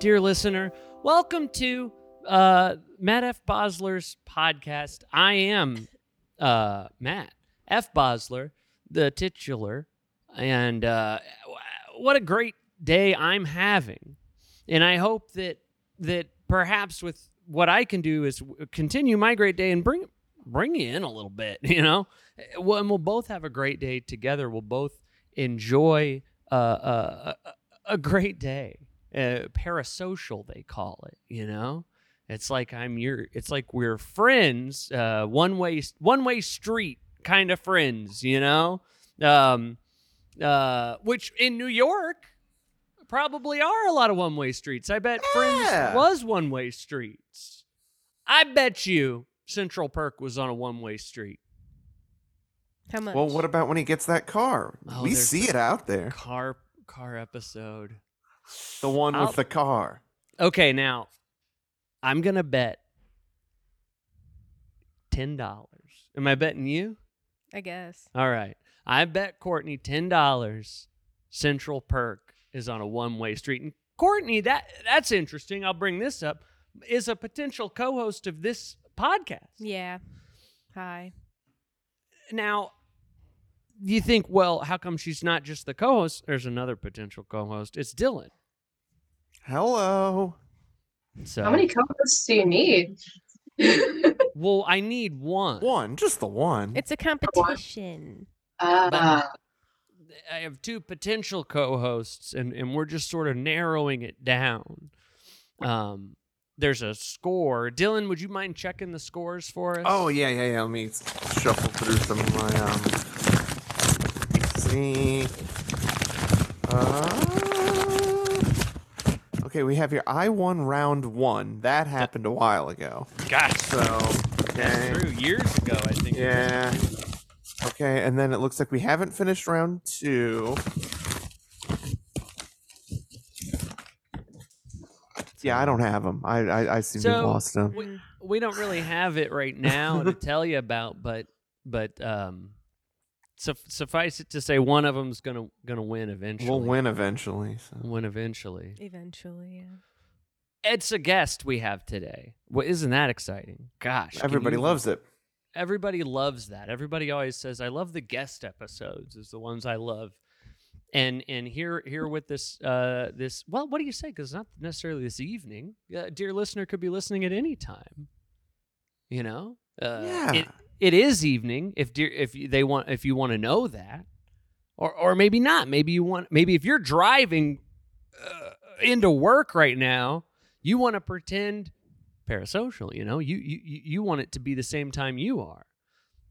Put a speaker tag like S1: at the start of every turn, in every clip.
S1: dear listener. Welcome to uh, Matt F. Bosler's podcast. I am uh, Matt F. Bosler, the titular, and uh, w- what a great day I'm having. And I hope that that perhaps with what I can do is w- continue my great day and bring bring you in a little bit, you know. Well, and we'll both have a great day together. We'll both enjoy uh, uh, a, a great day. Uh, parasocial, they call it. You know, it's like I'm your. It's like we're friends. Uh, one way, one way street kind of friends. You know, um, uh, which in New York probably are a lot of one way streets. I bet
S2: Yeah.
S1: Friends was one way streets. I bet you Central Perk was on a one way street.
S3: How much?
S2: Well, what about when he gets that car?
S1: Oh,
S2: we
S1: there's-
S2: see it out there.
S1: Car car episode.
S2: The one
S1: I'll-
S2: with the car.
S1: Okay, now I'm gonna bet ten dollars. Am I betting you?
S3: I guess.
S1: All right. I bet Courtney ten dollars Central Perk is on a one way street. And Courtney, that that's interesting. I'll bring this up, is a potential co host of this podcast.
S3: Yeah. Hi.
S1: Now you think, well, how come she's not just the co host? There's another potential co host. It's Dylan.
S2: Hello.
S1: So
S4: How many co-hosts do you need?
S1: well, I need one.
S2: One, just the one.
S3: It's a competition.
S1: Uh,
S4: Ah,
S1: I have two potential co-hosts, and and we're just sort of narrowing it down. Um, there's a score. Dylan, would you mind checking the scores for us?
S2: Oh yeah, yeah, yeah. Let me shuffle through some of my um. let's see. Uh, okay, we have here. I won round one. That happened a while ago.
S1: gosh,
S2: So okay,
S1: that's true. Years ago, I think.
S2: yeah. Okay, and then it looks like we haven't finished round two. Yeah, I don't have them. I I, I seem to have
S1: So-
S2: lost them.
S1: We, we don't really have it right now to tell you about, but but um, suff suffice it to say, one of them's gonna gonna win eventually.
S2: We'll win eventually. So.
S1: Win eventually.
S3: Eventually, yeah.
S1: It's a guest we have today. Well, isn't that exciting? Gosh, can
S2: Everybody
S1: you-
S2: loves it.
S1: everybody loves that. Everybody always says, "I love the guest episodes." Is the ones I love, and and here here with this uh this well, what do you say? Because not necessarily this evening. Uh, dear listener, could be listening at any time. You know, uh,
S2: Yeah.
S1: it, it is evening. If dear if you- they want if you want to know that, or or maybe not. Maybe you want maybe if you're driving uh, into work right now, you want to pretend parasocial you know you you you you want it to be the same time you are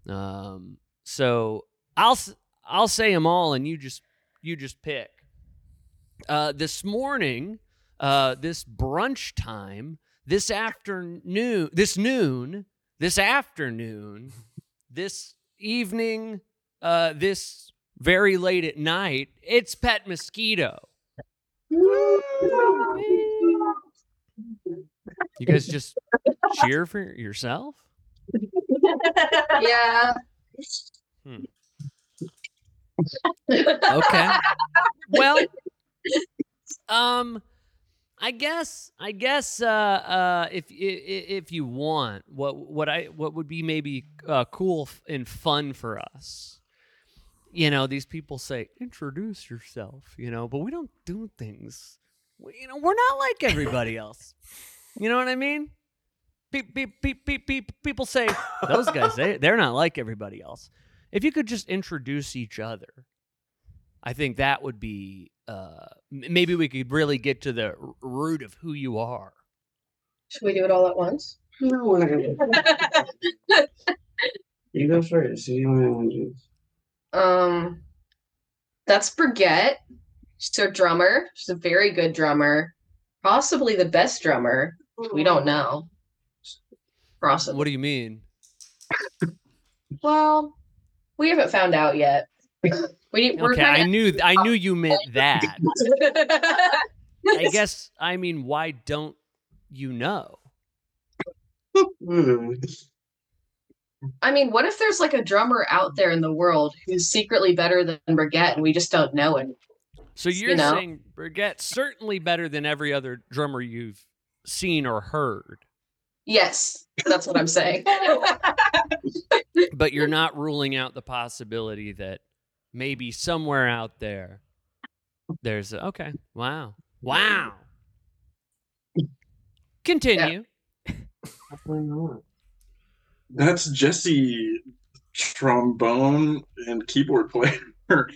S1: um so i'll s- i'll say them all and you just you just pick uh this morning uh this brunch time this afternoon this noon this afternoon this evening uh this very late at night it's pet mosquito you guys just cheer for yourself
S4: yeah.
S1: Hmm. okay. Well, um, I guess I guess uh, uh, if i- i- if you want, what what I what would be maybe uh, cool f- and fun for us. You know, these people say introduce yourself. You know, but we don't do things. We- You know, we're not like everybody else. You know what I mean? Peep, peep, peep, peep, peep. People say those guys they they're not like everybody else. If you could just introduce each other, I think that would be uh, m- maybe we could really get to the r- root of who you are.
S4: Should we do it all at once?
S5: No, we're not gonna do it. You go first. You know what I want to do.
S4: um, that's Brigitte. She's a drummer. She's a very good drummer. Possibly the best drummer. We don't know. Possibly.
S1: What do you mean?
S4: Well, we haven't found out yet. We we're
S1: Okay, I
S4: kind
S1: knew th- I knew you meant that.
S4: of.
S1: I guess I mean why don't you know?
S5: Hmm.
S4: I mean, what if there's like a drummer out there in the world who's secretly better than Brigitte and we just don't know it?
S1: So you're
S4: know?
S1: saying Burgett's certainly better than every other drummer you've seen or heard,
S4: Yes, that's what I'm saying.
S1: but you're not ruling out the possibility that maybe somewhere out there there's a, okay. Wow. Wow. Continue.
S5: Definitely not.
S6: That's Jesse, trombone and keyboard player.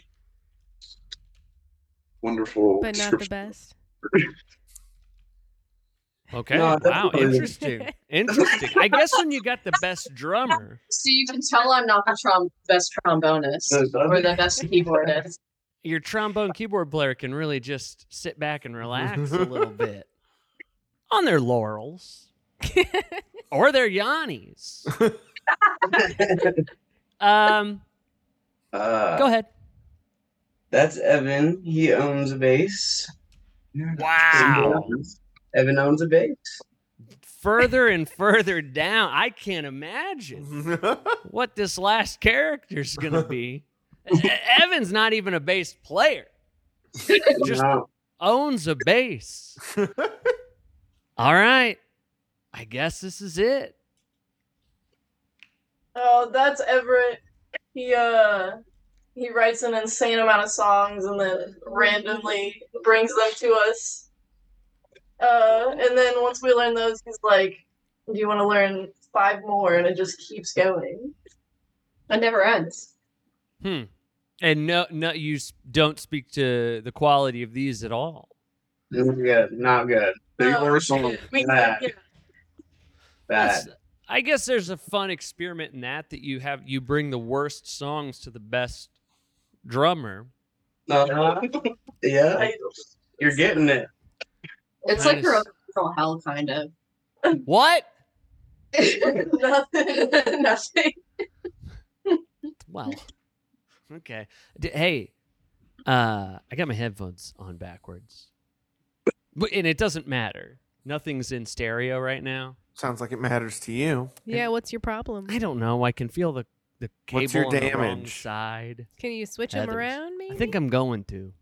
S6: Wonderful.
S3: but not the
S6: description.
S3: best.
S1: Okay.
S5: No,
S1: wow.
S5: definitely.
S1: Interesting. Interesting. I guess when you got the best drummer,
S4: so you can tell I'm not the trom- best trombonist
S5: No, it doesn't.
S4: or the best keyboardist.
S1: your trombone keyboard player can really just sit back and relax a little bit on their laurels or their yannis. Um,
S7: Uh,
S1: go ahead.
S7: That's Evan. He owns a bass.
S1: Wow.
S7: Evan owns a bass.
S1: Further and further down. I can't imagine what this last character's going to be. E- Evan's not even a bass player, Just-
S5: No.
S1: owns a bass. All right. I guess this is it.
S8: Oh, that's Everett. He uh he writes an insane amount of songs and then randomly brings them to us. Uh and then once we learn those, he's like, Do you wanna learn five more? And it just keeps going.
S4: It never ends.
S1: Hmm. And no, no, you s- don't speak to the quality of these at all.
S7: Not good. Not good.
S6: They
S8: Oh,
S6: were some
S8: We-
S7: Yeah.
S8: yeah.
S7: Bad.
S1: That's- I guess there's a fun experiment in that that you have you bring the worst songs to the best drummer.
S7: Uh-huh. yeah.
S8: I-
S7: You're getting it.
S4: It's
S1: That
S4: like your own
S1: is-
S4: mental hell, kind of.
S1: What?
S8: nothing. nothing.
S1: Well, okay. D- hey, uh, I got my headphones on backwards, but, and it doesn't matter. Nothing's in stereo right now.
S2: Sounds like it matters to you.
S3: Yeah, what's your problem?
S1: I don't know. I can feel the the cable
S2: What's your
S1: on the wrong
S2: damage?
S1: side.
S3: Can you switch them
S1: Heathers.
S3: around, maybe?
S1: I think I'm going to.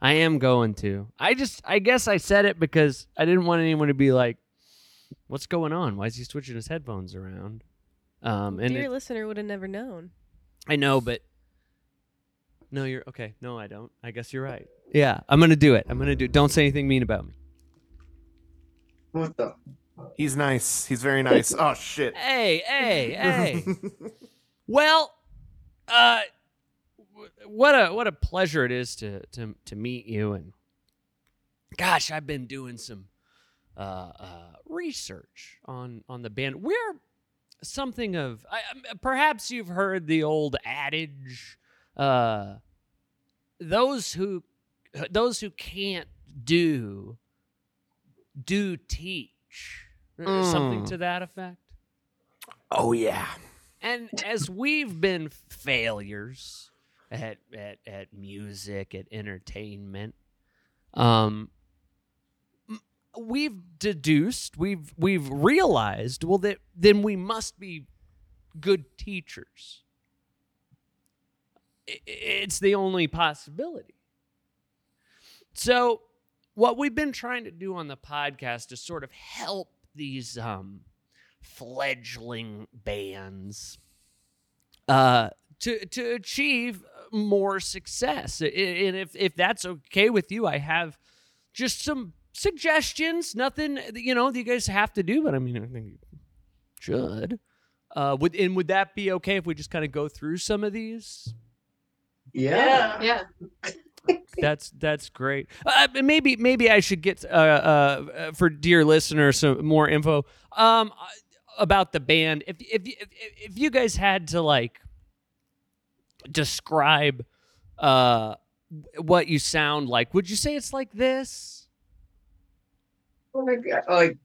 S1: I am going to. I just, I guess I said it because I didn't want anyone to be like, what's going on? Why is he switching his headphones around? Um, and
S3: Dear
S1: it-
S3: listener would have never known.
S1: I know, but no, you're okay. No, I don't. I guess you're right. Yeah, I'm going to do it. I'm going to do it. Don't say anything mean about me.
S7: What the?
S2: He's nice. He's very nice. Oh shit.
S1: Hey, hey, hey. Well, uh, w- what a what a pleasure it is to to to meet you and gosh, I've been doing some uh, uh, research on on the band. We're something of I, I'm- perhaps you've heard the old adage, uh, those who those who can't do do teach something
S2: Mm.
S1: to that effect.
S2: oh yeah.
S1: And as we've been failures at at, at music, at entertainment, um, m- we've deduced, we've we've realized, well, that then we must be good teachers. I- i- It's the only possibility. So, what we've been trying to do on the podcast is sort of help these um, fledgling bands uh, to to achieve more success. I- And if if that's okay with you, I have just some suggestions. Nothing that, you know that you guys have to do, but I mean I think you should. Uh, would and would that be okay if we just kind of go through some of these?
S7: Yeah.
S4: Yeah.
S1: That's that's great. Uh, but maybe maybe I should get uh, uh, uh, for dear listeners some more info um, uh, about the band. If if if, if you guys had to like describe uh, what you sound like, would you say it's like this?
S7: Oh my God. Like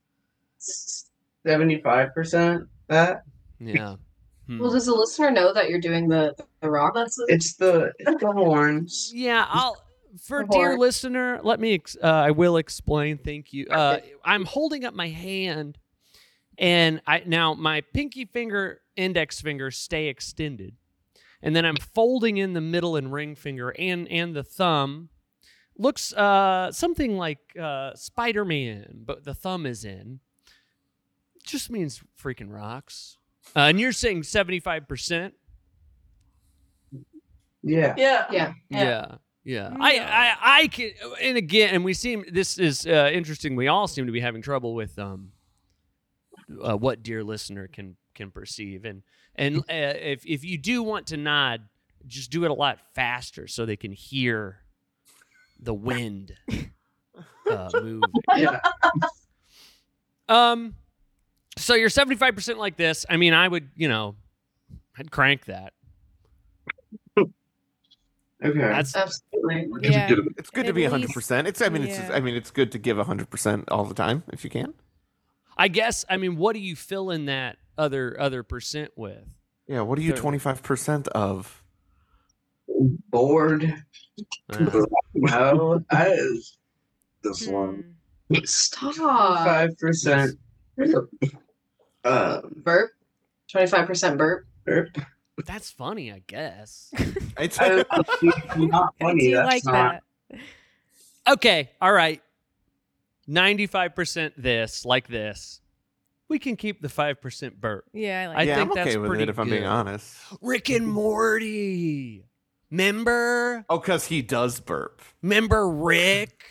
S7: seventy-five percent. That
S1: Yeah. Hmm.
S4: Well, does the listener know that you're doing the the rock?
S7: it's the it's the horns.
S1: Yeah, I'll for dear
S4: Before-
S1: listener, let me ex- uh, I will explain. Thank you. Uh, I'm holding up my hand and I now my pinky finger, index finger stay extended. And then I'm folding in the middle and ring finger and and the thumb looks uh, something like uh, Spider Man, but the thumb is in. Just means freaking rocks. Uh, and you're saying 75%?
S7: Yeah.
S8: Yeah.
S4: Yeah.
S8: Yeah.
S1: Yeah. Yeah. I, I, I can, and again, and we seem, this is uh, interesting. We all seem to be having trouble with um, uh, what dear listener can, can perceive. And, and uh, if, if you do want to nod, just do it a lot faster so they can hear the wind uh, moving.
S6: Yeah.
S1: Um, so you're 75% like this. I mean, I would, you know, I'd crank that.
S7: Okay.
S1: That's,
S4: Absolutely.
S6: We're gonna
S3: Yeah.
S6: get it.
S2: It's good to
S3: At
S2: be
S3: least-
S2: 100%. It's I mean it's
S3: yeah.
S2: I mean it's good to give 100% all the time if you can.
S1: I guess, I mean, what do you fill in that other, other percent with?
S2: Yeah, what are you
S1: Certainly.
S2: 25% of?
S7: Bored.
S1: Uh,
S7: No. I
S6: This one.
S3: Hmm.
S4: Stop.
S7: five percent. Um.
S4: Burp. 25% burp.
S7: burp.
S1: that's funny, I guess.
S2: It's
S7: I- not
S3: I
S7: funny.
S3: do
S7: That's
S3: like
S7: not.
S3: that.
S1: Okay. All right. 95% this, like this. We can keep the 5% burp.
S3: Yeah, I like
S1: I
S2: yeah,
S1: think
S2: I'm okay
S1: that's
S2: with
S1: pretty
S2: it if I'm being
S1: good.
S2: honest.
S1: Rick and Morty. Member?
S2: Oh, cuz he does burp.
S1: Member Rick?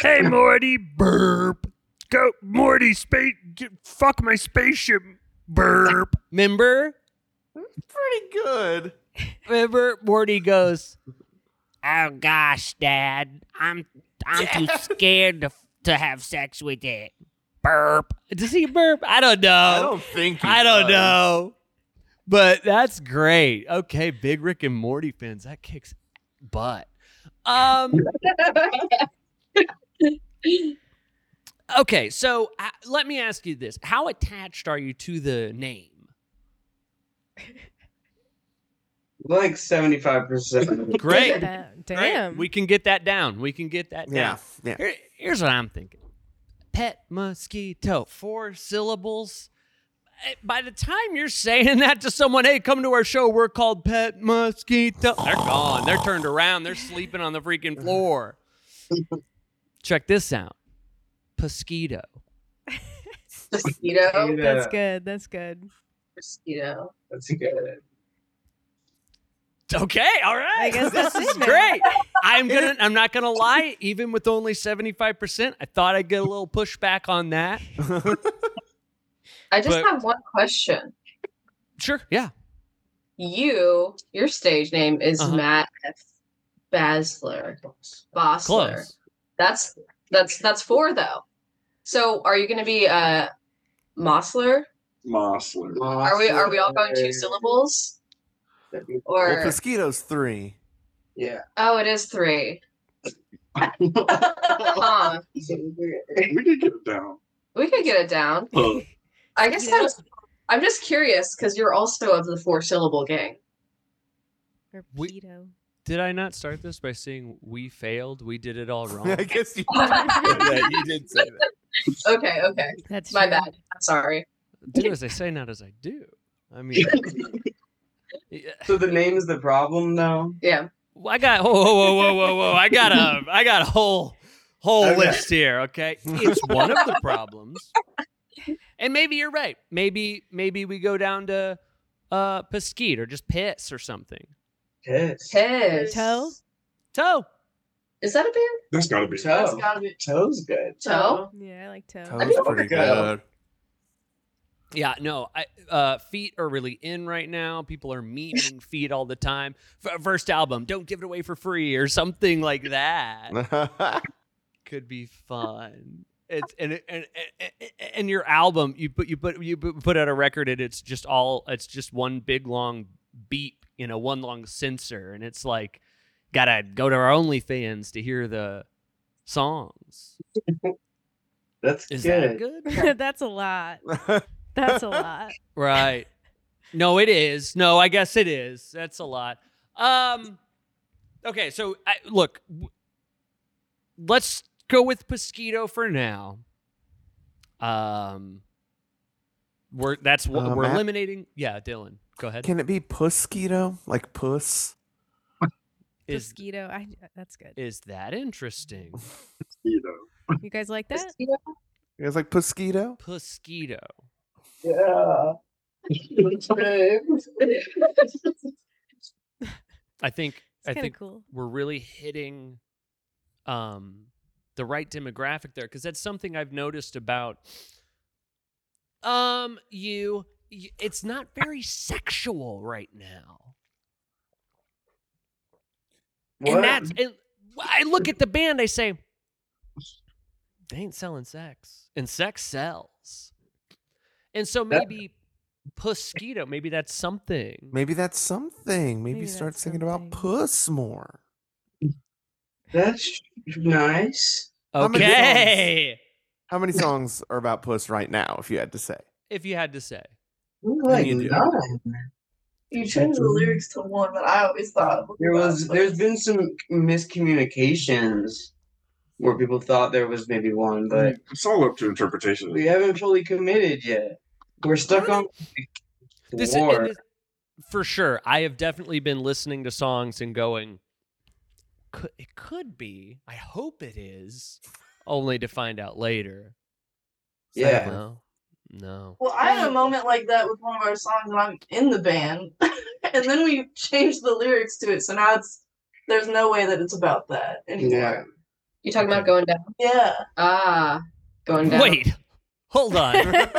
S1: hey, Morty, burp. Go, Morty, space, fuck my spaceship, burp. Member?
S2: Pretty good.
S1: Remember, Morty goes, "Oh gosh, Dad, I'm I'm too scared to to have sex with it." Burp. Does he burp? I don't know.
S2: I don't think he
S1: Oh, I don't
S2: does.
S1: know. But that's great. Okay, big Rick and Morty fans, that kicks butt. Um. Okay, so uh, let me ask you this: How attached are you to the name?
S7: Like seventy-five percent.
S1: Great.
S3: that.
S1: Great.
S3: Damn.
S1: We can get that down. We can get that down.
S2: Yeah. Yeah.
S1: Here- here's what I'm thinking. Pet mosquito, four syllables. Eh, By the time you're saying that to someone, hey, come to our show. We're called Pet Mosquito. They're gone. They're turned around. They're sleeping on the freaking floor. Check this out. Mosquito.
S4: Mosquito.
S3: That's good. That's good.
S4: Mosquito.
S7: That's good.
S1: Okay, all right.
S3: I guess
S1: this
S3: that's
S1: is
S3: it, man.
S1: great. I'm gonna. I'm not gonna lie. Even with only 75, percent I thought I'd get a little pushback on that.
S4: I just
S1: But-
S4: have one question.
S1: Sure. Yeah.
S4: You, your stage name is
S1: Uh-huh.
S4: Matt F. Basler. Bossler.
S1: Close.
S4: That's that's that's four though. So are you gonna be uh Mosler?
S6: Mosler.
S4: Are we are we all going two syllables? Or
S2: Well, mosquitoes 3.
S7: Yeah.
S4: oh it is three. Huh.
S6: We could get it down.
S4: We could get it down.
S6: Uh,
S4: I guess I was I'm just curious because you're also of the four syllable gang.
S3: Or
S1: We-
S3: pedo.
S1: Did I not start this by saying we failed? We did it all wrong.
S2: I guess you
S4: okay,
S2: yeah, you did say that.
S4: okay.
S3: That's
S4: My
S3: true.
S4: bad. I'm sorry.
S1: do as I say, not as I do. I mean, yeah.
S7: So the name is the problem, though.
S4: Yeah.
S1: Well, I got whoa, whoa, whoa, whoa, whoa, whoa. I got a, I got a whole, whole
S7: Okay.
S1: list here. Okay, it's one of the problems, and maybe you're right. Maybe, maybe we go down to uh, pesquite or just piss or something.
S7: Piss.
S4: Piss.
S3: Toe?
S1: Toe.
S4: Is that a beer?
S6: That's gotta be.
S8: That's
S7: Toe.
S8: gotta be
S7: Toe's good.
S4: Toe?
S3: Yeah, I like toe.
S2: Toe's pretty
S7: go.
S2: good.
S1: Yeah, no, I, uh, feet are really in right now. People are memeing feet all the time. F- first album, don't give it away for free or something like that. could be fun. It's and it- and and- and your album you put you put you put put out a record and it's just all it's just one big long beep you know one long censor and it's like gotta go to our OnlyFans to hear the songs.
S7: That's
S1: Is that
S7: good.
S1: good?
S3: That's a lot. That's a lot.
S1: Right. No, it is. No, I guess it is. That's a lot. Um. Okay, so I, look, w- let's go with Pesquito for now. Um, we're that's what
S2: Uh,
S1: we're
S2: Matt?
S1: eliminating. Yeah, Dylan, go ahead.
S2: Can it be mosquito? Like puss?
S1: Is
S3: Mosquito. I, that's good.
S1: is that interesting?
S6: You know,
S3: You guys like that?
S4: Mosquito?
S2: You guys like Pesquito?
S1: Mosquito.
S7: Yeah.
S1: I think
S3: It's
S1: I
S3: kind
S1: think
S3: of cool.
S1: we're really hitting um the right demographic there because that's something I've noticed about um you, you it's not very sexual right now.
S7: What?
S1: And that's and I look at the band I say they ain't selling sex and sex sells. And so
S7: That-
S1: maybe Mosquito, maybe that's something.
S2: Maybe that's something. Maybe,
S3: Maybe
S2: start
S3: that's
S2: thinking about
S3: something.
S2: puss more.
S7: That's nice.
S2: How many songs?
S1: Okay.
S2: How many songs are about puss right now, if you had to say?
S1: If you had to say.
S7: Like
S2: you do.
S7: nine.
S8: You changed the lyrics to one that I always thought.
S7: There was
S8: about.
S7: there's been some miscommunications where people thought there was maybe one, but
S6: it's all up to interpretation.
S7: we haven't fully committed yet. We're stuck on
S1: This is
S7: war.
S1: and this- for sure. I have definitely been listening to songs and going, could, it could be. I hope it is, only to find out later. It's like,
S7: Yeah.
S1: no, no.
S8: Well, I had a moment like that with one of our songs, and I'm in the band, and then we changed the lyrics to it, so now it's there's no way that it's about that anymore.
S4: You talking about going down?
S8: Yeah,
S4: Ah, going down.
S1: Wait, hold on.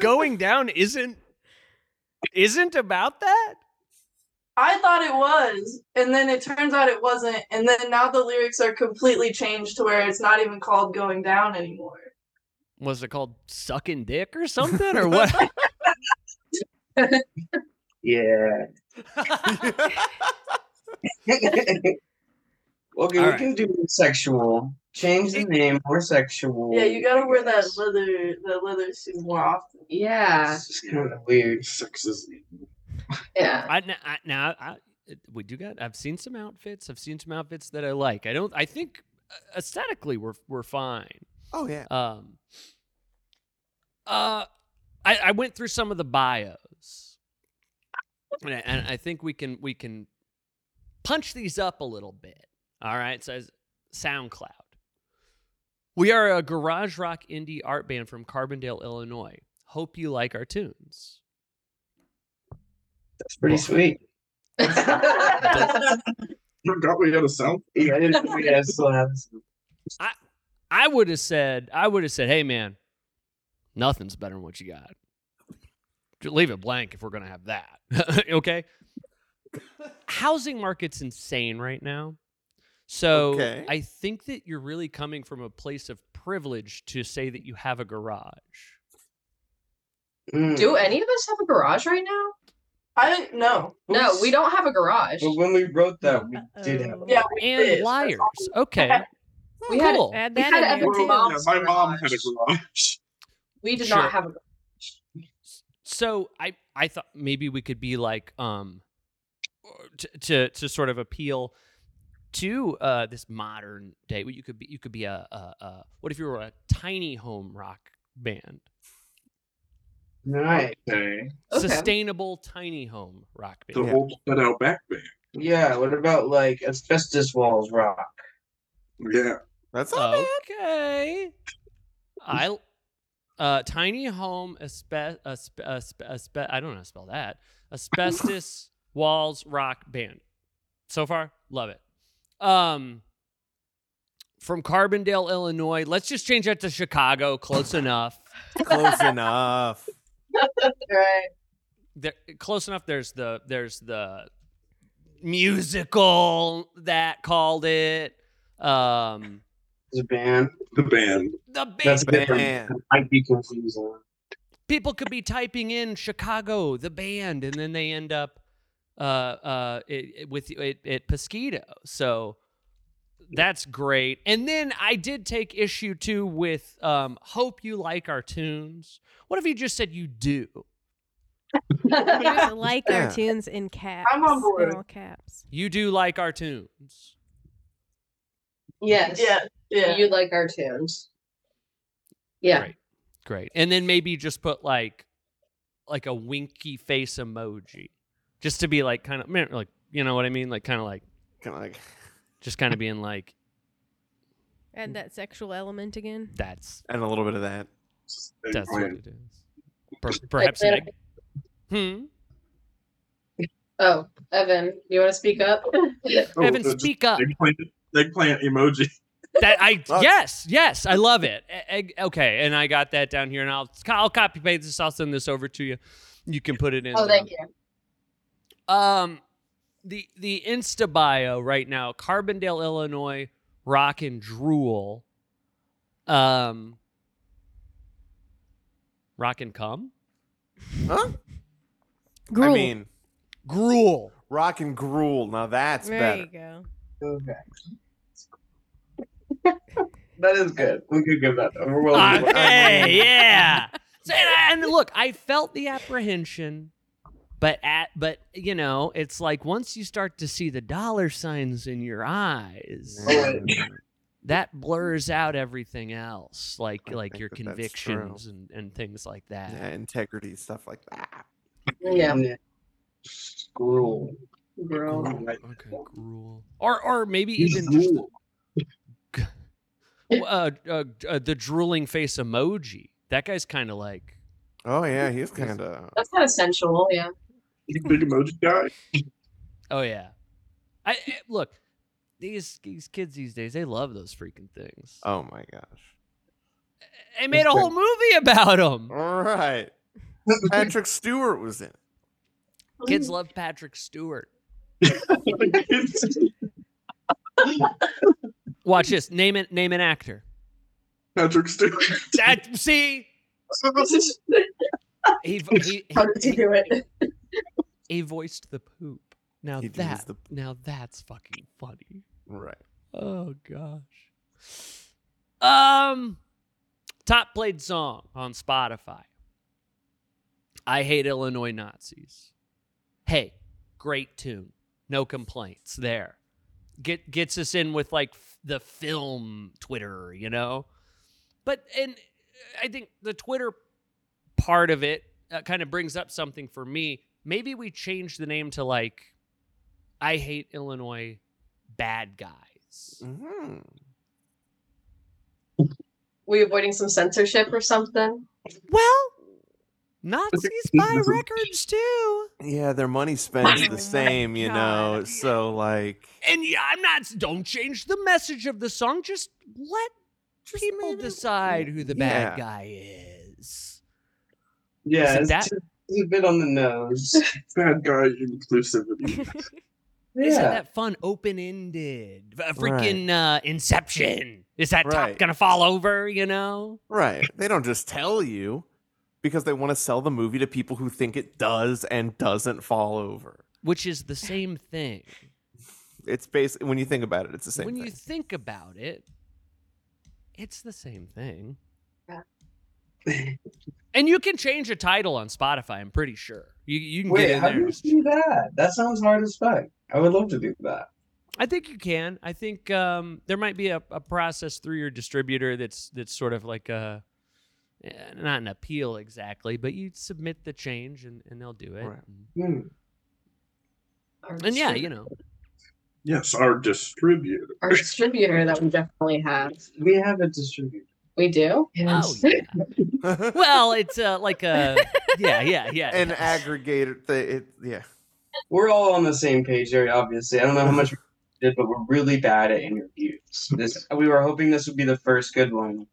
S1: going down isn't isn't about that.
S8: I thought it was, and then it turns out it wasn't, and then now the lyrics are completely changed to where it's not even called going down anymore.
S1: Was it called sucking dick or something or what?
S7: Yeah. okay, we
S1: Alright.
S7: can do sexual. Change the name more sexual.
S8: Yeah, you gotta wear that leather that leather suit more often.
S4: Yeah,
S7: It's kind of weird.
S6: Sex is
S4: yeah.
S1: I, n- I- now I, it- we do got. I've seen some outfits. I've seen some outfits that I like. I don't. I think uh, aesthetically we're we're fine.
S2: oh yeah.
S1: Um. Uh, I, I went through some of the bios, and I, and I think we can we can punch these up a little bit. All right, so as- SoundCloud. We are a garage rock indie art band from Carbondale, Illinois. Hope you like our tunes.
S7: That's pretty sweet.
S6: Forgot we had a sound.
S7: Yeah, I didn't know we had slabs.
S1: I would have said, I would have said, hey man, nothing's better than what you got. Just leave it blank if we're gonna have that. okay. Housing market's insane right now. So
S2: Okay.
S1: I think that you're really coming from a place of privilege to say that you have a garage.
S7: Mm.
S4: Do any of us have a garage right now?
S8: I no.
S4: No, we don't have a garage.
S7: But when we wrote that, we
S8: Uh,
S7: did have.
S3: Uh-oh.
S8: Yeah, we
S1: And
S8: did.
S1: liars. Okay.
S4: We had-
S1: cool.
S3: Add
S4: We
S3: that
S4: had
S3: in there
S4: Evan
S3: too.
S4: Bob-
S6: Yeah, my mom had a garage.
S4: We did
S1: Sure.
S4: not have a garage.
S1: so I I thought maybe we could be like um to to, to sort of appeal to uh, this modern day. You could be you could be a, a, a what if you were a tiny home rock band,
S7: Nice.
S6: Okay.
S4: Okay.
S1: sustainable tiny home rock
S6: The
S1: band.
S2: Yeah.
S6: old cut out back band.
S7: Yeah, what about like asbestos walls rock?
S6: Yeah.
S2: That's not
S3: Oh.
S2: bad.
S1: Okay, I uh, tiny home aspe- aspe- aspe- aspe- I don't know how to spell that asbestos walls rock band. So far, love it. Um, from Carbondale, Illinois. Let's just change that to Chicago. Close enough.
S2: Close enough.
S4: Right.
S1: there, close enough. There's the there's the musical that called it. Um,
S7: It's a band.
S6: The band.
S1: the big
S7: That's different.
S2: Man.
S7: Might be confusing.
S1: people could be typing in Chicago the band, and then they end up uh uh it, it- with it at Pesquito. So that's great. And then I did take issue too with um, hope you like our tunes. What if you just said you do?
S3: You guys like
S2: Yeah.
S3: our tunes in caps.
S8: I'm on board.
S3: In all caps.
S1: You do like our tunes.
S4: yes.
S8: Yeah, yeah.
S4: You like our tunes. Yeah.
S1: Great. Great. And then maybe just put like like a winky face emoji, just to be like kind of like you know what I mean, like kind of like
S2: Kind of like
S1: just kind of being like
S3: Add that sexual element again.
S1: that's
S2: and a little bit of that.
S6: Just
S1: that's what
S6: eggplant.
S1: it is. Per- perhaps an egg. Hmm.
S4: Oh, Evan, you want to speak up?
S6: Oh,
S1: Evan,
S6: so just
S1: speak up.
S6: Eggplant, eggplant emoji.
S1: That I
S2: Fuck.
S1: yes, yes, I love it. E- egg- okay, and I got that down here, and I'll I'll copy paste this. I'll send this over to you. You can put it in.
S4: oh,
S1: the-
S4: thank you.
S1: Um, the the Insta bio right now, Carbondale, Illinois, rock and drool. Um, rock and cum,
S2: Huh?
S3: Gruel.
S2: I mean,
S1: gruel.
S2: rock and gruel. Now that's
S3: there
S2: better.
S3: you go.
S7: Okay. That is good. We could give that. We're
S2: Oh,
S1: Ah,
S7: willing to-
S1: Okay, Uh, yeah. So, and and look, I felt the apprehension, but at but you know, it's like once you start to see the dollar signs in your
S3: Oh,
S1: eyes, that blurs out everything else, like
S2: I
S1: like
S2: think
S1: your
S2: that that's true.
S1: convictions and and things like that.
S2: Yeah, integrity stuff like that.
S4: Yeah,
S7: Scroll.
S4: girl.
S1: Gruel.
S6: Right.
S1: Okay, gruel. Or or maybe even just
S6: Drool.
S1: the, uh, uh, uh, the drooling face emoji. That guy's kind of like
S2: Oh yeah, he's kind of.
S4: That's not essential. Yeah.
S6: You Big emoji guy.
S1: Oh yeah, I I- look these these kids these days they love those freaking things.
S2: Oh my gosh.
S1: they made a whole movie about them.
S2: All right. Patrick Stewart was in. it.
S1: Kids love Patrick Stewart. Watch this. Name it. Name an actor.
S6: Patrick Stewart.
S1: That see he vo- he,
S4: How did
S1: he,
S4: you do it?
S1: he voiced the poop. Now
S2: He did voice
S1: that
S2: the-
S1: now that's fucking funny.
S2: Right.
S1: Oh gosh. Um top played song on Spotify. I hate Illinois Nazis. Hey, great tune. No complaints there. Get gets us in with like f- the film Twitter, you know. But and I think the Twitter part of it uh, kind of brings up something for me. Maybe we change the name to like I hate Illinois bad guys.
S2: hmm
S4: Were you avoiding some censorship or something?
S1: Well, Nazis buy records too.
S2: Yeah, their money spends
S3: Oh
S2: the same, you know.
S3: God.
S2: So like,
S1: And yeah, I'm not. Don't change the message of the song. Just let people decide who the bad
S2: Yeah.
S1: guy is.
S7: Yeah,
S1: Isn't
S7: it's,
S1: that-
S7: too- it's a bit on the nose.
S6: Bad guy inclusivity.
S1: Isn't
S7: Yeah.
S1: that fun? Open ended. A freaking uh, Inception. Is that top
S2: Right.
S1: gonna fall over? You know.
S2: right? They don't just tell you because they want to sell the movie to people who think it does and doesn't fall over.
S1: Which is the same thing.
S2: It's basically when you think about it, it's the same
S1: when
S2: thing.
S1: you think about it, it's the same thing.
S4: Yeah.
S1: and you can change a title on Spotify. I'm pretty sure you you can get
S7: Wait,
S1: in
S7: how
S1: there. and
S7: do you
S1: just-
S7: do that? That sounds hard as fuck. I would love to do that.
S1: I think you can. I think um, there might be a, a process through your distributor that's that's sort of like a eh, not an appeal exactly, but you submit the change and, and they'll do it.
S2: Right.
S7: Hmm.
S1: And yeah, you know,
S6: Yes, our distributor.
S4: our distributor that we definitely have.
S7: We have a distributor.
S4: We do.
S1: oh yeah. Well, it's uh, like a yeah, yeah, yeah.
S2: An
S1: yeah.
S2: aggregator. Th- it, yeah.
S7: We're all on the same page, very obviously. I don't know how much we did, but we're really bad at interviews. This we were hoping this would be the first good one.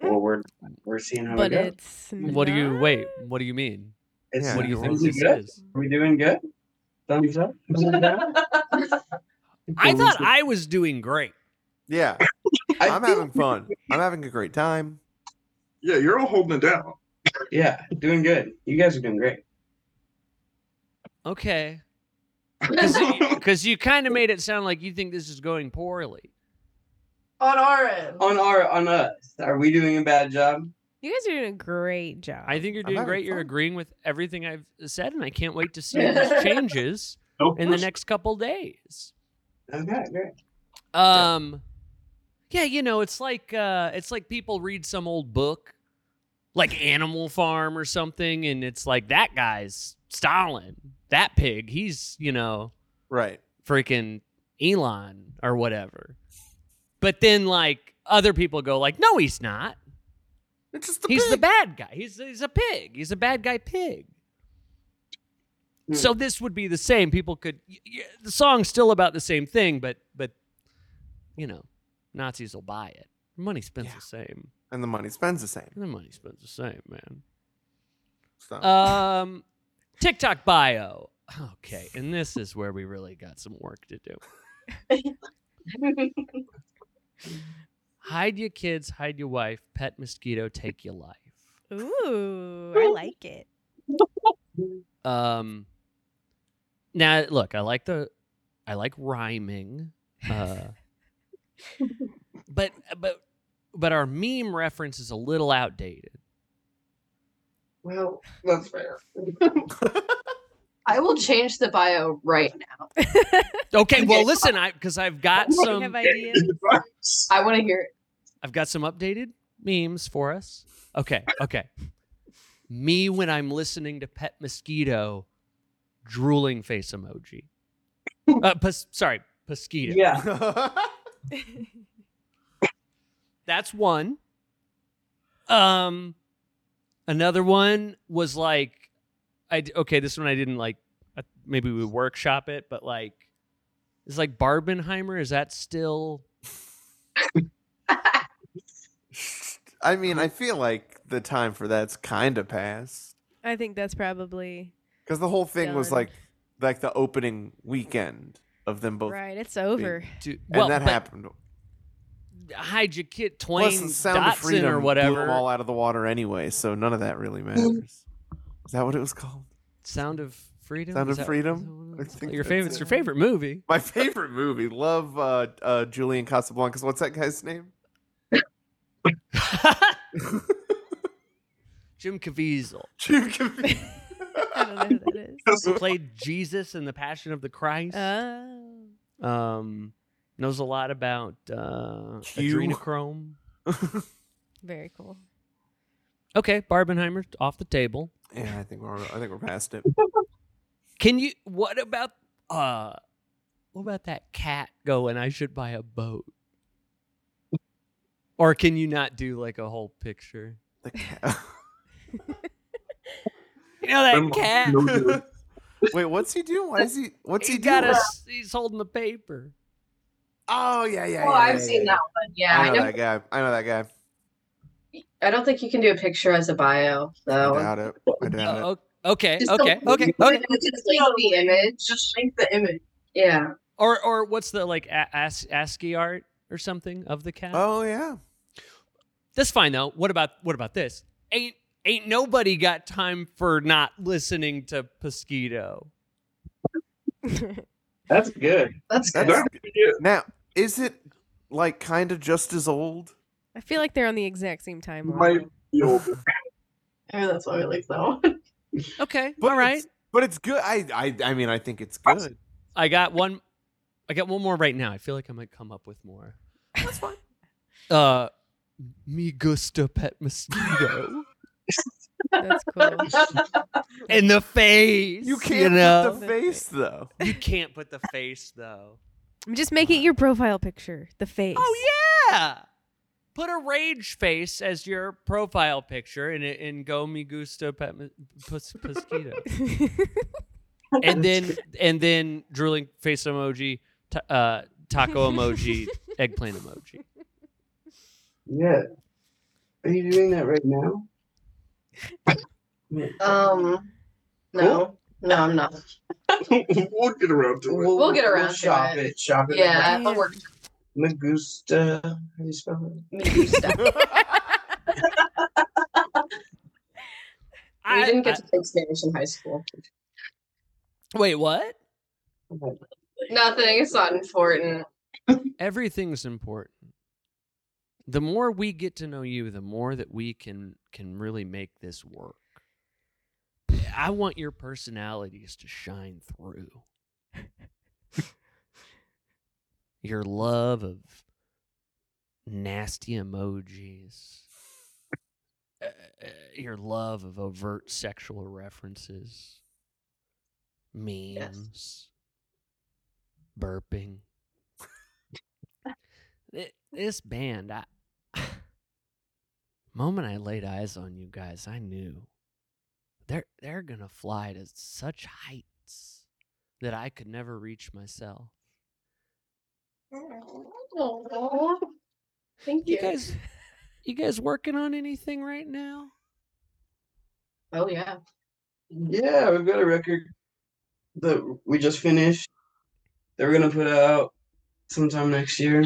S7: Well, we're we're seeing how
S3: But
S7: we go.
S3: it's.
S1: What do you
S3: not-
S1: wait? What do you mean?
S7: It's-
S2: Yeah.
S1: What do you
S7: are
S1: think
S7: we
S1: this
S7: good?
S1: is?
S7: Are we doing good? Thumbs up. Thumbs down?
S1: I thought I was doing great.
S2: Yeah.
S7: I
S2: I'm
S7: think-
S2: having fun. I'm having a great time.
S6: Yeah, you're all holding it down.
S7: Yeah, doing good. You guys are doing great.
S1: Okay.
S4: Oh,
S1: Because you kind of made it sound like you think this is going poorly.
S8: On our end.
S7: On our on us, are we doing a bad job?
S3: You guys are doing a great job.
S1: I think you're
S2: I'm
S1: doing
S2: having
S1: great. You're
S2: fun.
S1: agreeing with everything I've said, and I can't wait to see these changes
S6: No
S1: in the
S6: person.
S1: next couple days.
S7: Okay, great.
S1: Um, yeah, you know, it's like uh, it's like people read some old book, like Animal Farm or something, and it's like that guy's Stalin, that pig, he's you know
S2: Right.
S1: freaking Elon or whatever. But then like other people go like, no, he's not.
S2: It's just the
S1: he's the
S2: pig.
S1: bad guy. He's he's a pig. He's a bad guy pig.
S7: Hmm.
S1: So this would be the same. People could y- y- the song's still about the same thing, but but you know, Nazis will buy it. Money spends
S2: Yeah.
S1: the same.
S2: and the money spends the same.
S1: The money spends the same, man.
S2: So.
S1: Um, TikTok bio. Okay, and this is where we really got some work to do. Hide your kids, hide your wife, pet mosquito, take your life.
S3: Ooh, I like it.
S1: Um, now look, I like the, I like rhyming, uh, but but but our meme reference is a little outdated.
S4: Well,
S7: That's fair.
S4: I will change the bio right now.
S1: Okay, well listen, I because I've got
S3: I have
S1: some
S3: ideas.
S4: I want to hear it.
S1: I've got some updated memes for us. Okay, okay. Me when I'm listening to Pet Mosquito, drooling face emoji. Uh, pos- sorry, mosquito.
S7: Yeah.
S1: Uh, That's one. Um, another one was like, I d- okay, this one I didn't like. I- Maybe we workshop it, but like, it's like Barbenheimer. Is that still?
S2: I mean, I feel like the time for that's kind of past
S3: I think that's probably
S2: because the whole thing was
S3: Done.
S2: like like the opening weekend of them both,
S3: right. It's over.
S1: Do,
S2: and
S1: well,
S2: that
S1: but
S2: happened.
S1: Hide your kid, Twain,
S2: Plus, the Sound of
S1: Dotson,
S2: Freedom
S1: or
S2: blew
S1: whatever.
S2: them all out of the water anyway, so none of that really matters. Is that what it was called?
S1: Sound of Freedom.
S2: Sound
S1: Is that-
S2: of Freedom?
S1: is that what
S2: I
S1: it's-
S2: think
S1: your
S2: that's
S1: favorite.
S2: it.
S1: It's your favorite movie.
S2: My favorite movie. Love uh, uh, Julian Casablancas. What's that guy's name?
S1: Jim Caviezel
S2: Jim Caviezel.
S3: I don't know who that is.
S1: who played Jesus in the Passion of the Christ.
S3: Oh,
S1: um, knows a lot about uh,
S2: Q.
S1: adrenochrome.
S3: very cool.
S1: Okay, Barbenheimer off the table.
S2: yeah, I think we're I think we're past it.
S1: Can you? What about uh? What about that cat going? I should buy a boat. Or can you not do like a whole picture?
S2: The cat.
S1: You know that cat.
S2: Wait, what's he doing? Why is he? What's he,
S1: he got
S2: doing?
S1: us. He's holding the paper.
S2: Oh yeah, yeah.
S4: Oh,
S2: yeah,
S4: I've
S2: yeah,
S4: seen
S2: yeah,
S4: that one.
S2: yeah.
S4: Yeah, I,
S2: I know,
S4: know.
S2: that guy. I know that guy.
S4: I don't think you can do a picture as a bio,
S2: I
S4: though.
S2: doubt it. I doubt it.
S1: Oh, okay,
S4: Just
S1: okay,
S4: the-
S1: okay, okay.
S4: Just like the image.
S8: Just make the image.
S4: Yeah.
S1: Or or what's the like a- as- ASCII art or something of the cat?
S2: Oh yeah.
S1: That's fine though. What about what about this? Ain't ain't nobody got time for not listening to Pesquito.
S7: That's good.
S4: That's good.
S2: That's-
S6: Yeah.
S2: Now, is it like kind of just as old?
S3: I feel like they're on the exact same
S6: Might
S3: timeline.
S6: be old.
S8: Maybe Oh, that's why we like that one.
S1: Okay,
S2: But
S1: all right.
S2: it's- But it's good. I, I I mean, I think it's good.
S1: I got one. I got one more right now. I feel like I might come up with more.
S2: That's fine.
S1: Uh, me gusta pet mosquito
S3: That's cool.
S1: in the face.
S2: You can't
S1: know?
S2: put the face though.
S1: you can't put the face though.
S3: Just make it your profile picture. The face.
S1: Oh yeah. Put a rage face as your profile picture and it- and go me gusta pet mi- pus, mosquito.
S3: yeah.
S1: and then and then drooling face emoji, ta uh, taco emoji, eggplant emoji.
S7: Yeah. Are you doing that right now?
S4: Um, no, no, I'm not.
S6: we'll get around to it.
S4: get around to
S7: shop
S4: it.
S7: it. Shop it.
S4: Yeah,
S3: Damn.
S4: I'll work
S7: Magusta. How do you spell it?
S4: me do stuff. We didn't get to take Spanish in high school.
S1: I- wait, what?
S4: Nothing. It's not important.
S1: Everything's important. The more we get to know you, the more that we can can really make this work. I want your personalities to shine through. your love of nasty emojis uh, your love of overt sexual references, memes, burping. Thi- this band, I, moment I laid eyes on you guys, I knew they're they're gonna fly to such heights that I could never reach myself.
S4: Oh, thank you.
S1: You guys, you guys working on anything right now?
S4: oh yeah.
S7: Yeah, we've got a record that we just finished. That we're gonna put out sometime next year.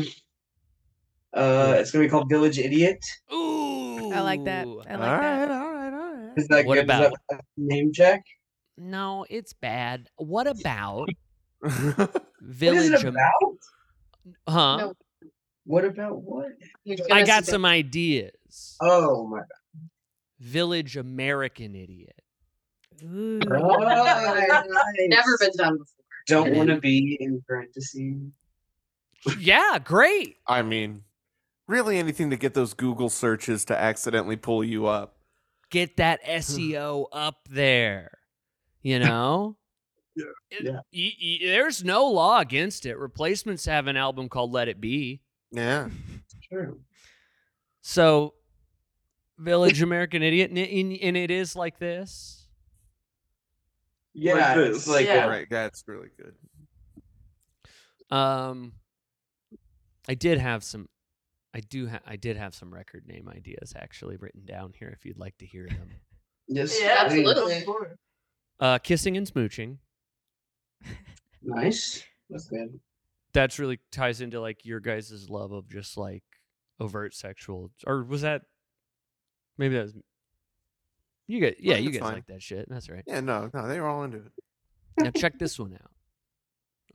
S7: Uh, it's gonna be called Village Idiot.
S1: Ooh,
S3: I like that. I
S2: All
S3: like
S2: right,
S3: that.
S2: all right, all right.
S7: Is that
S1: What
S7: good? Is that
S1: about-
S7: a name check?
S1: No, it's bad. What about
S7: What is
S1: Village?
S7: it
S1: Am-
S7: about?
S1: huh?
S4: No,
S7: What about what?
S4: you're
S1: I
S4: gonna
S1: got
S4: see-
S1: some ideas.
S7: Oh my
S1: Village American Idiot.
S3: Ooh.
S7: god!
S4: Never been done before.
S7: Don't want to be in parentheses.
S1: yeah, great.
S2: I mean, really anything to get those Google searches to accidentally pull you up.
S1: Get that SEO up there. You know?
S6: Yeah,
S1: It-
S7: yeah.
S1: y- y- there's no law against it. Replacements have an album called Let It Be.
S2: Yeah.
S7: True.
S1: So, Village American Idiot, and, and- and it is like this.
S7: Yeah,
S6: this.
S7: it's like
S8: Yeah.
S2: All
S7: a-
S2: right, that's really good.
S1: Um, I did have some. I do. Ha- I did have some record name ideas actually written down here. If you'd like to hear them,
S7: yes,
S8: Yeah,
S7: I mean,
S4: absolutely.
S1: uh, kissing and smooching.
S7: Nice. That's good.
S1: That's really ties into like your guys' love of just like overt sexual, or was that? Maybe that was. You guys, yeah,
S2: think
S1: you
S2: it's
S1: guys
S2: fine.
S1: like that shit. That's right.
S2: Yeah, no, no, they were all into it.
S1: now check this one out.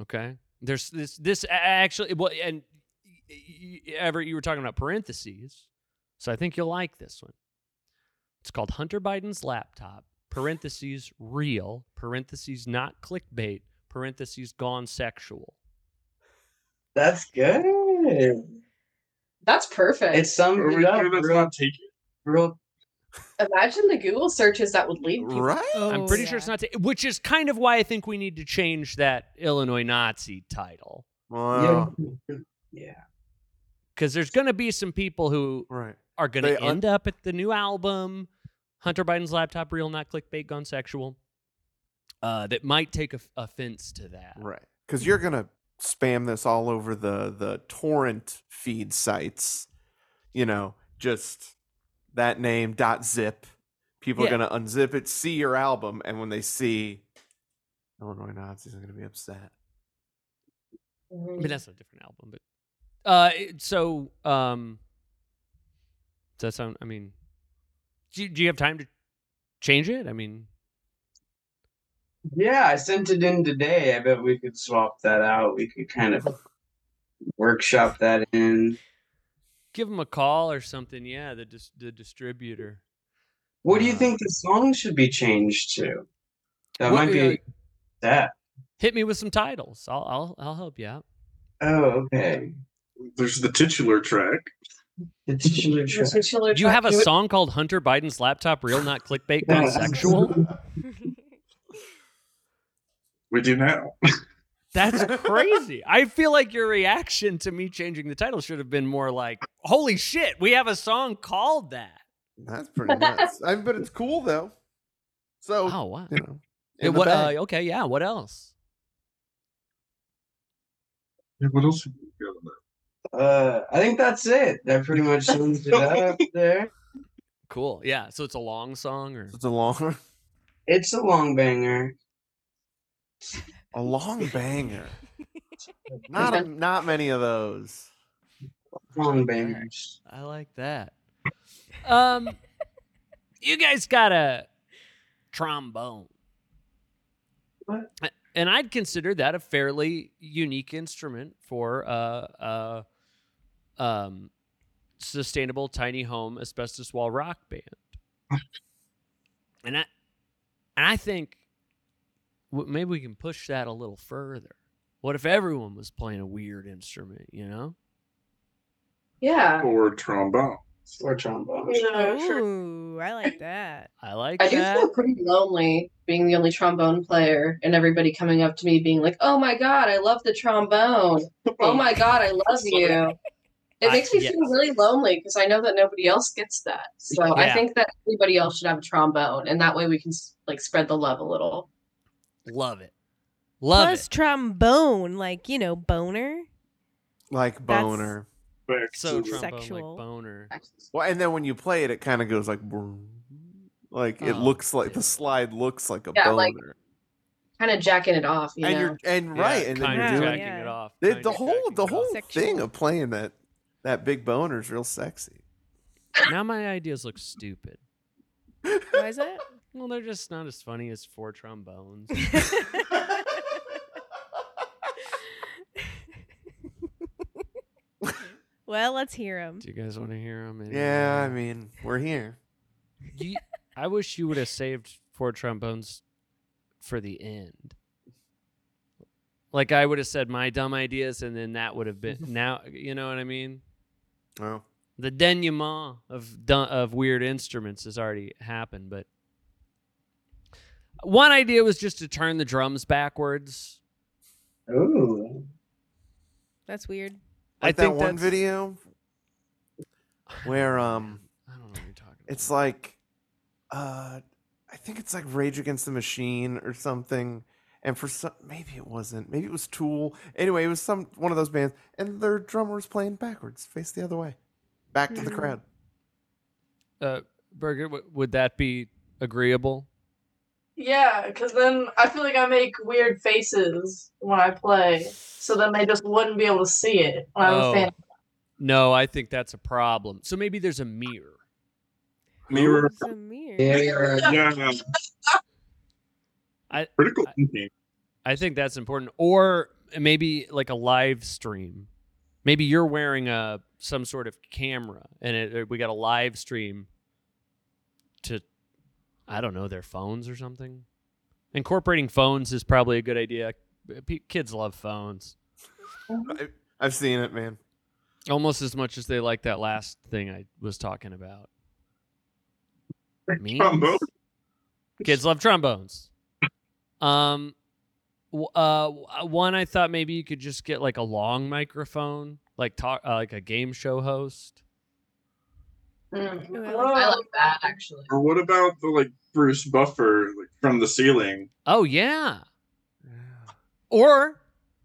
S1: Okay, there's this this a- actually well, and y- y- ever you were talking about parentheses, so I think you'll like this one. It's called Hunter Biden's laptop. Parentheses real. Parentheses not clickbait. Parentheses gone sexual.
S7: That's good.
S4: That's perfect.
S7: It's summed
S6: Are we
S7: it up
S6: sure that's
S7: real,
S6: not taken?
S7: real
S4: Imagine the Google searches that would lead people.
S2: Right?
S1: I'm
S3: Oh,
S1: pretty
S3: yeah.
S1: sure it's not, ta- which is kind of why I think we need to change that Illinois Nazi title
S7: Yeah.
S2: Wow.
S7: yeah.
S1: because there's going to be some people who
S2: Right.
S1: are going
S2: They
S1: to
S2: un-
S1: end up at the new album, Hunter Biden's laptop, real not clickbait, gone sexual. Uh, that might take of offense to that.
S2: Right. Because you're gonna spam this all over the the torrent feed sites. You know, just that name dot zip. People
S1: Yeah.
S2: are gonna unzip it, see your album, and when they see Illinois Nazis, are gonna be upset.
S1: I mean, that's a different album, but uh, it- so um, does that sound? I mean, do you, do you have time to change it? I mean,
S7: Yeah, I sent it in today. I bet we could swap that out. We could kind of workshop that in.
S1: give them a call or something. Yeah, the dis- the distributor.
S7: What do you
S1: Uh,
S7: think the song should be changed to? That
S1: What-
S7: might be that.
S1: Hit me with some titles. I'll I'll I'll help you out.
S7: Oh, okay.
S6: There's the titular track.
S7: The titular
S4: Your
S7: track.
S4: titular
S1: Do you have a
S4: track- would-
S1: song called Hunter Biden's laptop, real not clickbait, gone sexual?
S6: We do now.
S1: That's crazy. I feel like your reaction to me changing the title should have been more like, "Holy shit, we have a song called that."
S2: That's pretty nuts. I but it's cool though. So
S1: Oh wow.
S2: you know.
S1: Yeah,
S2: in the
S1: what,
S2: bag.
S1: uh, okay, yeah. What else?
S6: Yeah, what else have we got on that?
S7: Uh, I think that's it. That pretty much sums it up there.
S1: Cool. Yeah. So it's a long song, or
S2: it's a long
S7: It's a long banger.
S2: a long banger. Not a, not many of those.
S7: Long bangers.
S1: I like that. Um, you guys got a trombone.
S7: What?
S1: A- And I'd consider that a fairly unique instrument for a, a um, sustainable tiny home asbestos wall rock band. And I, and I think w- maybe we can push that a little further. What if everyone was playing a weird instrument, you know?
S4: Yeah.
S6: Or trombone.
S7: or trombone.
S6: Oh,
S8: No, sure.
S3: Ooh, I like that.
S1: I like
S4: I do
S1: that.
S4: feel pretty lonely being the only trombone player and everybody coming up to me being like, oh my God, I love the trombone. Oh my God, I love you. It
S1: I-
S4: makes me
S1: yeah.
S4: feel really lonely because I know that nobody else gets that. So
S1: Yeah.
S4: I think that everybody else should have a trombone and that way we can s- like spread the love a little.
S1: Love it. Love
S3: Plus
S1: it.
S3: trombone, like you know, boner.
S2: like
S3: That's-
S2: boner.
S6: Back
S1: So
S6: to the-
S1: trombone
S3: Sexual.
S1: like boner.
S2: Well, and then when you play it, it kind of goes like, brrrr. like it
S1: Oh,
S2: looks like
S1: dude.
S2: the slide looks like a
S4: Yeah,
S2: boner,
S4: like, Kind of jacking it off, you
S2: and
S4: know.
S2: you're and
S1: Yeah,
S2: right, and then
S1: kinda
S3: you're
S2: you're doing
S1: jacking
S3: Yeah.
S1: it off.
S2: the,
S1: kinda
S2: the whole
S1: jacking
S2: the
S1: it
S2: whole
S1: off.
S2: thing
S3: Sexual.
S2: of playing that that big boner is real sexy.
S1: Now my ideas look stupid.
S3: Why is that?
S1: Well, they're just not as funny as four trombones.
S3: well, let's hear him.
S1: Do you guys want to hear them?
S2: Yeah, I mean, we're here.
S1: you, I wish you would have saved four trombones for the end. Like I would have said my dumb ideas, and then that would have been now. You know what I mean?
S2: Oh,
S1: The denouement of du- of weird instruments has already happened, but one idea was just to turn the drums backwards.
S7: Ooh.
S3: That's weird.
S1: I
S2: like that
S1: think
S2: one
S1: that's-
S2: video where um,
S1: I don't know what you're talking about.
S2: it's like, uh, I think it's like Rage Against the Machine or something. And for some, maybe it wasn't. Maybe it was Tool. Anyway, it was some one of those bands, and their drummer was playing backwards, face the other way, back to the
S4: Mm-hmm.
S3: Mhm.
S2: crowd.
S1: uh, Berger. W- would that be agreeable?
S8: Yeah, because then I feel like I make weird faces when I play, so then they just wouldn't be able to see it when I'm a
S1: Oh.
S8: fan.
S1: No, I think that's a problem. So maybe there's a mirror.
S6: Mirror.
S3: Samir.
S7: Mirror.
S6: Yeah.
S1: I-
S6: Critical
S1: I-
S6: thinking.
S1: I think that's important. Or maybe like a live stream. Maybe you're wearing a some sort of camera, and it, uh, we got a live stream to, I don't know, their phones or something. Incorporating phones is probably a good idea. P- kids love phones
S2: I, I've seen it, man.
S1: almost as much as they like that last thing I was talking about. Memes?
S6: Trombone.
S1: Kids love trombones. Um, w- uh, w- one I thought maybe you could just get like a long microphone, like talk, uh, like a game show host.
S4: Mm.
S3: Ooh, I
S8: Whoa.
S3: like
S4: I like that actually.
S6: Or what about the like Bruce Buffer like from the ceiling?
S1: Oh yeah, or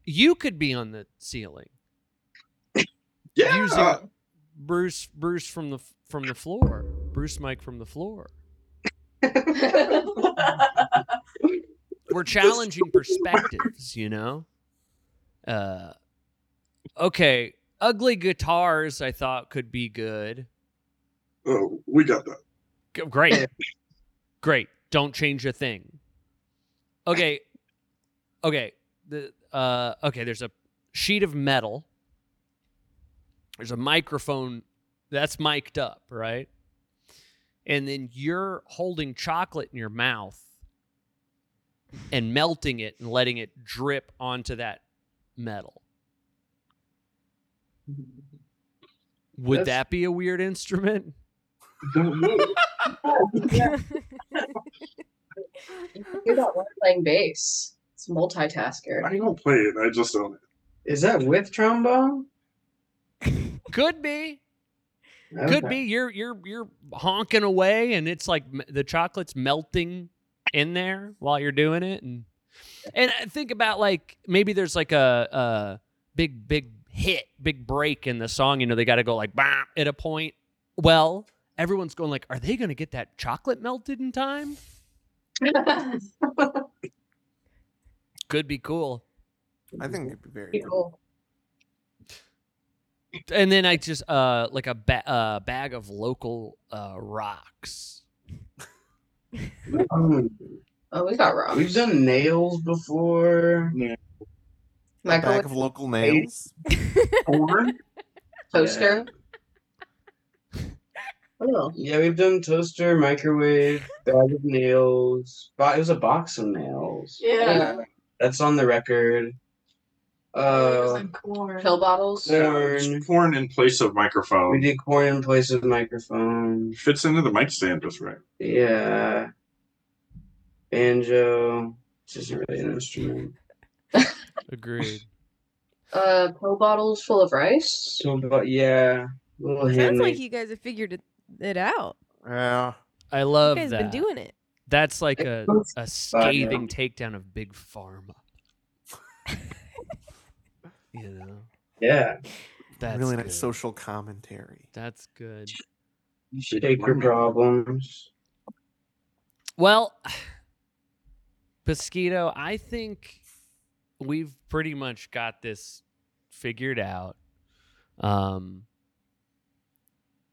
S1: you could be on the ceiling
S6: Yeah.
S1: using Bruce Bruce from the f- from the floor, Bruce Mike from the floor. we're challenging perspectives, you know. Uh, okay, ugly guitars I thought could be good.
S6: oh, we got that.
S1: G- Great, great. Don't change a thing. Okay, okay. The uh, okay. There's a sheet of metal. There's a microphone that's mic'd up, right? And then you're holding chocolate in your mouth and melting it and letting it drip onto that metal. Would
S7: That's-
S1: that be a weird instrument?
S6: Don't move.
S4: You're not playing bass. It's a multitasker.
S6: I don't play it. I just own it.
S7: Is that with trombone?
S1: Could be. Could
S7: Okay.
S1: be you're you're you're honking away and it's like m- the chocolate's melting in there while you're doing it and and I think about like maybe there's like a, a big big hit big break in the song you know they got to go like bam at a point well everyone's going like are they going to get that chocolate melted in time could be cool
S2: I think it'd be very cool.
S4: People.
S1: and then I just uh like a ba- uh, bag of local uh rocks
S7: Um,
S4: Oh, we got wrong.
S7: We've done nails before.
S2: A bag
S4: Microwave
S2: of local nails.
S6: Corn?
S4: toaster. Oh,
S7: Yeah, we've done toaster, microwave, bag of nails. Bo- It was a box of nails.
S8: Yeah.
S7: That's on the record.
S8: It was
S7: Uh,
S8: like corn.
S4: Pill bottles.
S7: corn.
S6: It's corn in place of
S7: We
S6: microphone.
S7: did corn in place of microphone.
S6: Fits into the mic stand just right.
S7: Yeah. Banjo. Which isn't really an instrument.
S1: Agreed.
S4: Uh, pill bottles full of rice.
S7: So, but yeah. Little
S3: Sounds
S7: hand
S3: like you guys have figured it, it out.
S2: Yeah.
S1: I
S3: You
S1: love
S3: guys
S1: that.
S3: been doing it.
S1: That's like a, a scathing takedown of big pharma. you know,
S7: Yeah.
S1: that's
S2: really
S1: good.
S2: nice social commentary.
S1: That's good.
S7: You should take your problems.
S1: Well, Pesquito, I think we've pretty much got this figured out. Um,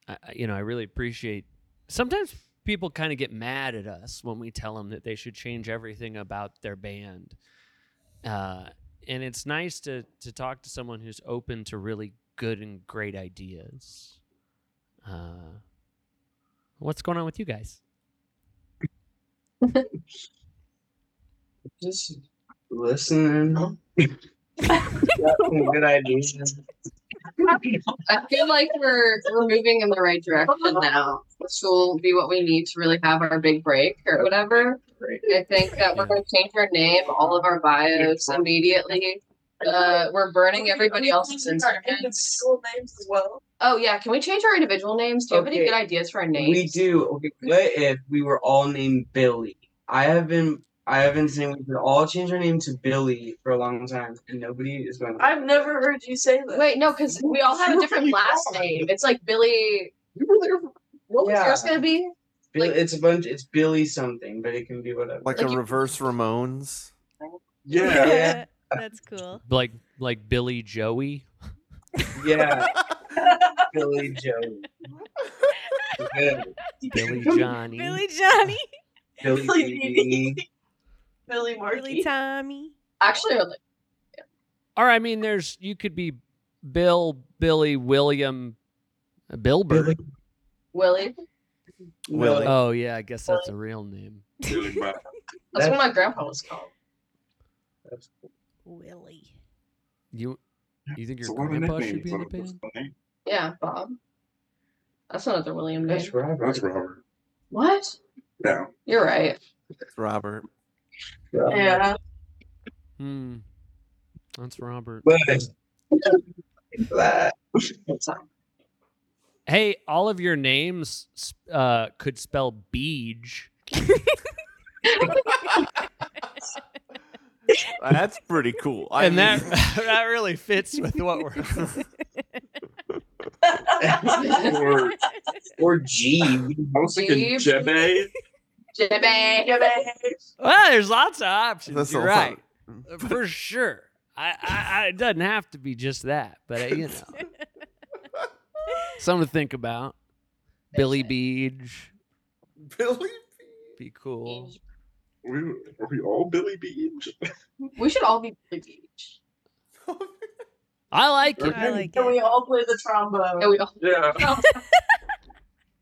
S1: I, I- you know, I really appreciate. Sometimes people kind of get mad at us when we tell them that they should change everything about their band, uh, and it's nice to to talk to someone who's open to really good and great ideas. Uh, what's going on with you guys?
S7: Just listening. Got some good ideas.
S4: I feel like we're we're moving in the right direction now. This will be what we need to really have our big break or whatever. I think that we're
S1: Yeah.
S4: going to change our name, all of our bios immediately. Uh, we're burning everybody else's
S8: Our
S4: Instagrams.
S8: individual names as well.
S4: Oh yeah, can we change our individual names? Do you have any
S7: Okay.
S4: good ideas for our names?
S7: We do. Okay, what if we were all named Billy? I have been. I have been saying we could all change our name to Billy for a long time, and nobody is going. to
S8: I've never heard you say that.
S4: Wait, no, because we all have a different last name. It's like Billy.
S6: You were there.
S4: What was
S7: Yeah.
S4: yours gonna be?
S7: Bill,
S4: like-
S7: it's a bunch. It's Billy something, but it can be whatever.
S2: Like,
S4: Like
S2: a
S4: you-
S2: reverse Ramones.
S6: Yeah.
S7: Yeah.
S3: That's cool.
S1: like like Billy Joey.
S7: yeah, Billy Joe. Good.
S1: Billy Johnny.
S3: Billy Johnny.
S7: Billy
S8: Billy
S7: Dee.
S8: Billy Markey.
S3: Billy Tommy.
S4: Actually, I would like-
S1: Or I mean, there's you could be Bill, Billy, William, uh, Bilbert.
S4: Willie.
S2: Willie.
S1: Oh yeah, I guess that's a real name.
S6: Really bad.
S4: That's what my grandpa was called.
S3: Willie.
S1: You you think your
S6: So one of the
S1: grandpa should be
S6: nicknames
S1: in the
S6: of it was
S1: band?
S6: funny.
S4: Yeah, Bob. That's another William name.
S7: That's Robert.
S6: That's Robert.
S4: What?
S6: Yeah.
S4: You're right.
S2: It's Robert.
S8: Yeah.
S1: Hmm. That's Robert.
S7: But that
S4: It's not-
S1: Hey, all of your names s- uh, could spell beej.
S2: That's pretty cool. I
S1: And that
S2: mean-
S1: that really fits with what we're
S6: Or
S7: or G.
S6: I was thinking
S4: Jeeb.
S6: Jebe.
S4: Jebe.
S8: Yeah, man.
S1: Well, there's lots of options.
S2: That's
S1: You're
S2: all-
S1: right. Uh, For sure. I, I, I it doesn't have to be just that, but uh, you know. Something to think about. Billy Beej.
S2: Billy.
S1: Be cool.
S6: We, are we all Billy Beach?
S4: We should all be Billy Beach.
S1: I like it.
S3: I like
S8: And we
S3: it.
S8: all play the trombone.
S4: And we all
S6: Yeah.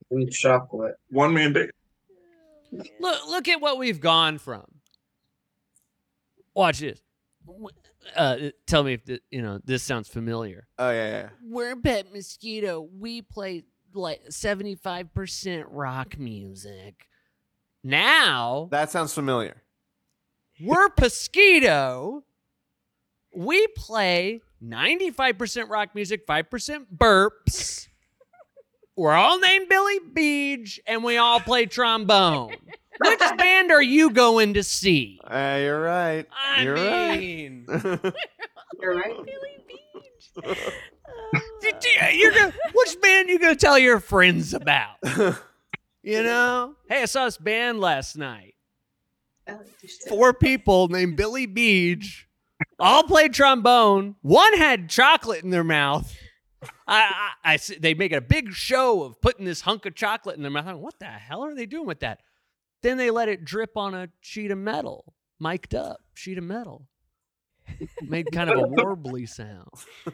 S7: And chocolate.
S6: One man big.
S1: Look look at what we've gone from. Watch this. W- Uh, tell me if th- you know this sounds familiar.
S2: Oh yeah, yeah.
S1: We're Pet Mosquito. We play like 75% rock music. Now,
S2: That sounds familiar.
S1: We're Pesquito. We play 95% rock music, 5% burps. We're all named Billy Beach, and we all play trombone. Which band are you going to see?
S2: Uh, you're right.
S1: I
S2: you're
S1: mean,
S2: right.
S4: You're right.
S3: Billy Oh, Beach.
S1: d- d- you're gonna, which band you going to tell your friends about? You know? Hey, I saw this band last night. four people named Billy Beach, all played trombone. One had chocolate in their mouth. I, I, I s- they make a big show of putting this hunk of chocolate in their mouth. I'm like, what the hell are they doing with that? Then they let it drip on a sheet of metal, mic'd up sheet of metal. Made kind of a warbly sound. or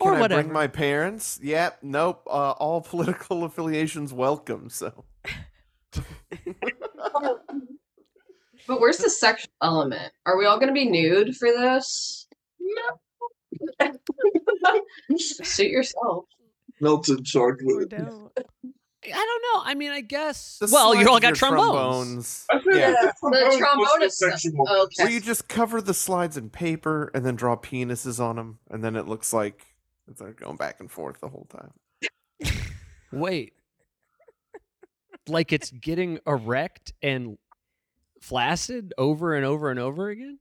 S2: Can I
S1: whatever.
S2: bring my parents? Yep. Nope. Uh, all political affiliations welcome. So
S4: But where's the sexual element? Are we all going to be nude for this? No. Suit yourself.
S6: Melted
S3: Or
S6: chocolate.
S3: don't.
S1: I don't know. I mean, I guess.
S2: The
S1: well, you
S2: slide
S1: all
S2: of
S1: got
S2: your
S1: trombones.
S6: I feel
S8: Yeah.
S6: like
S4: The
S6: was
S4: trombone
S6: the
S4: is
S6: sexual.
S4: okay.
S2: Will you just cover the slides in paper and then draw penises on them, and then it looks like they're going back and forth the whole time?
S1: Wait. like it's getting erect and flaccid over and over and over again?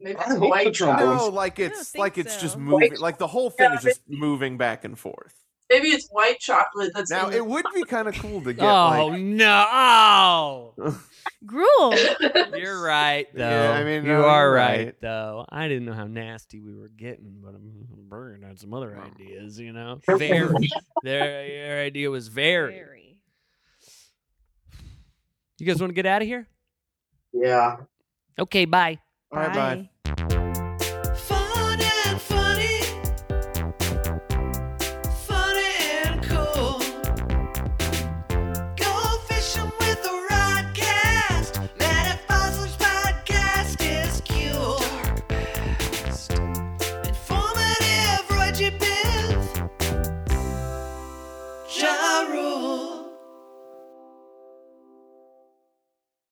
S8: Maybe
S6: I
S8: it's
S6: hope the
S8: white
S6: trombone-
S8: chocolate.
S2: No,
S6: Bones.
S2: like it's
S3: think
S2: like it's just
S3: so.
S2: moving. Like the whole thing
S8: Yeah,
S2: is just moving back and forth.
S8: Maybe it's white chocolate. That's
S2: Now
S8: in the-
S2: it would be kind of cool to get
S1: oh
S2: like.
S1: no.
S3: Gruel.
S1: You're right though.
S2: Yeah, I mean,
S1: you
S2: no,
S1: are
S2: you're
S1: right.
S2: right.
S1: though. I didn't know how nasty we were getting, but I'm, I'm burning on some other ideas, you know.
S4: Okay.
S1: Very. their, your idea was very.
S3: Very.
S1: You guys want to get out of here?
S7: Yeah.
S1: Okay, bye.
S2: All right, bye.
S9: Fun and funny. Funny and cool. Go fishing with a rod cast. Matt at Fossils podcast is cool. Informative, Roy G. Biv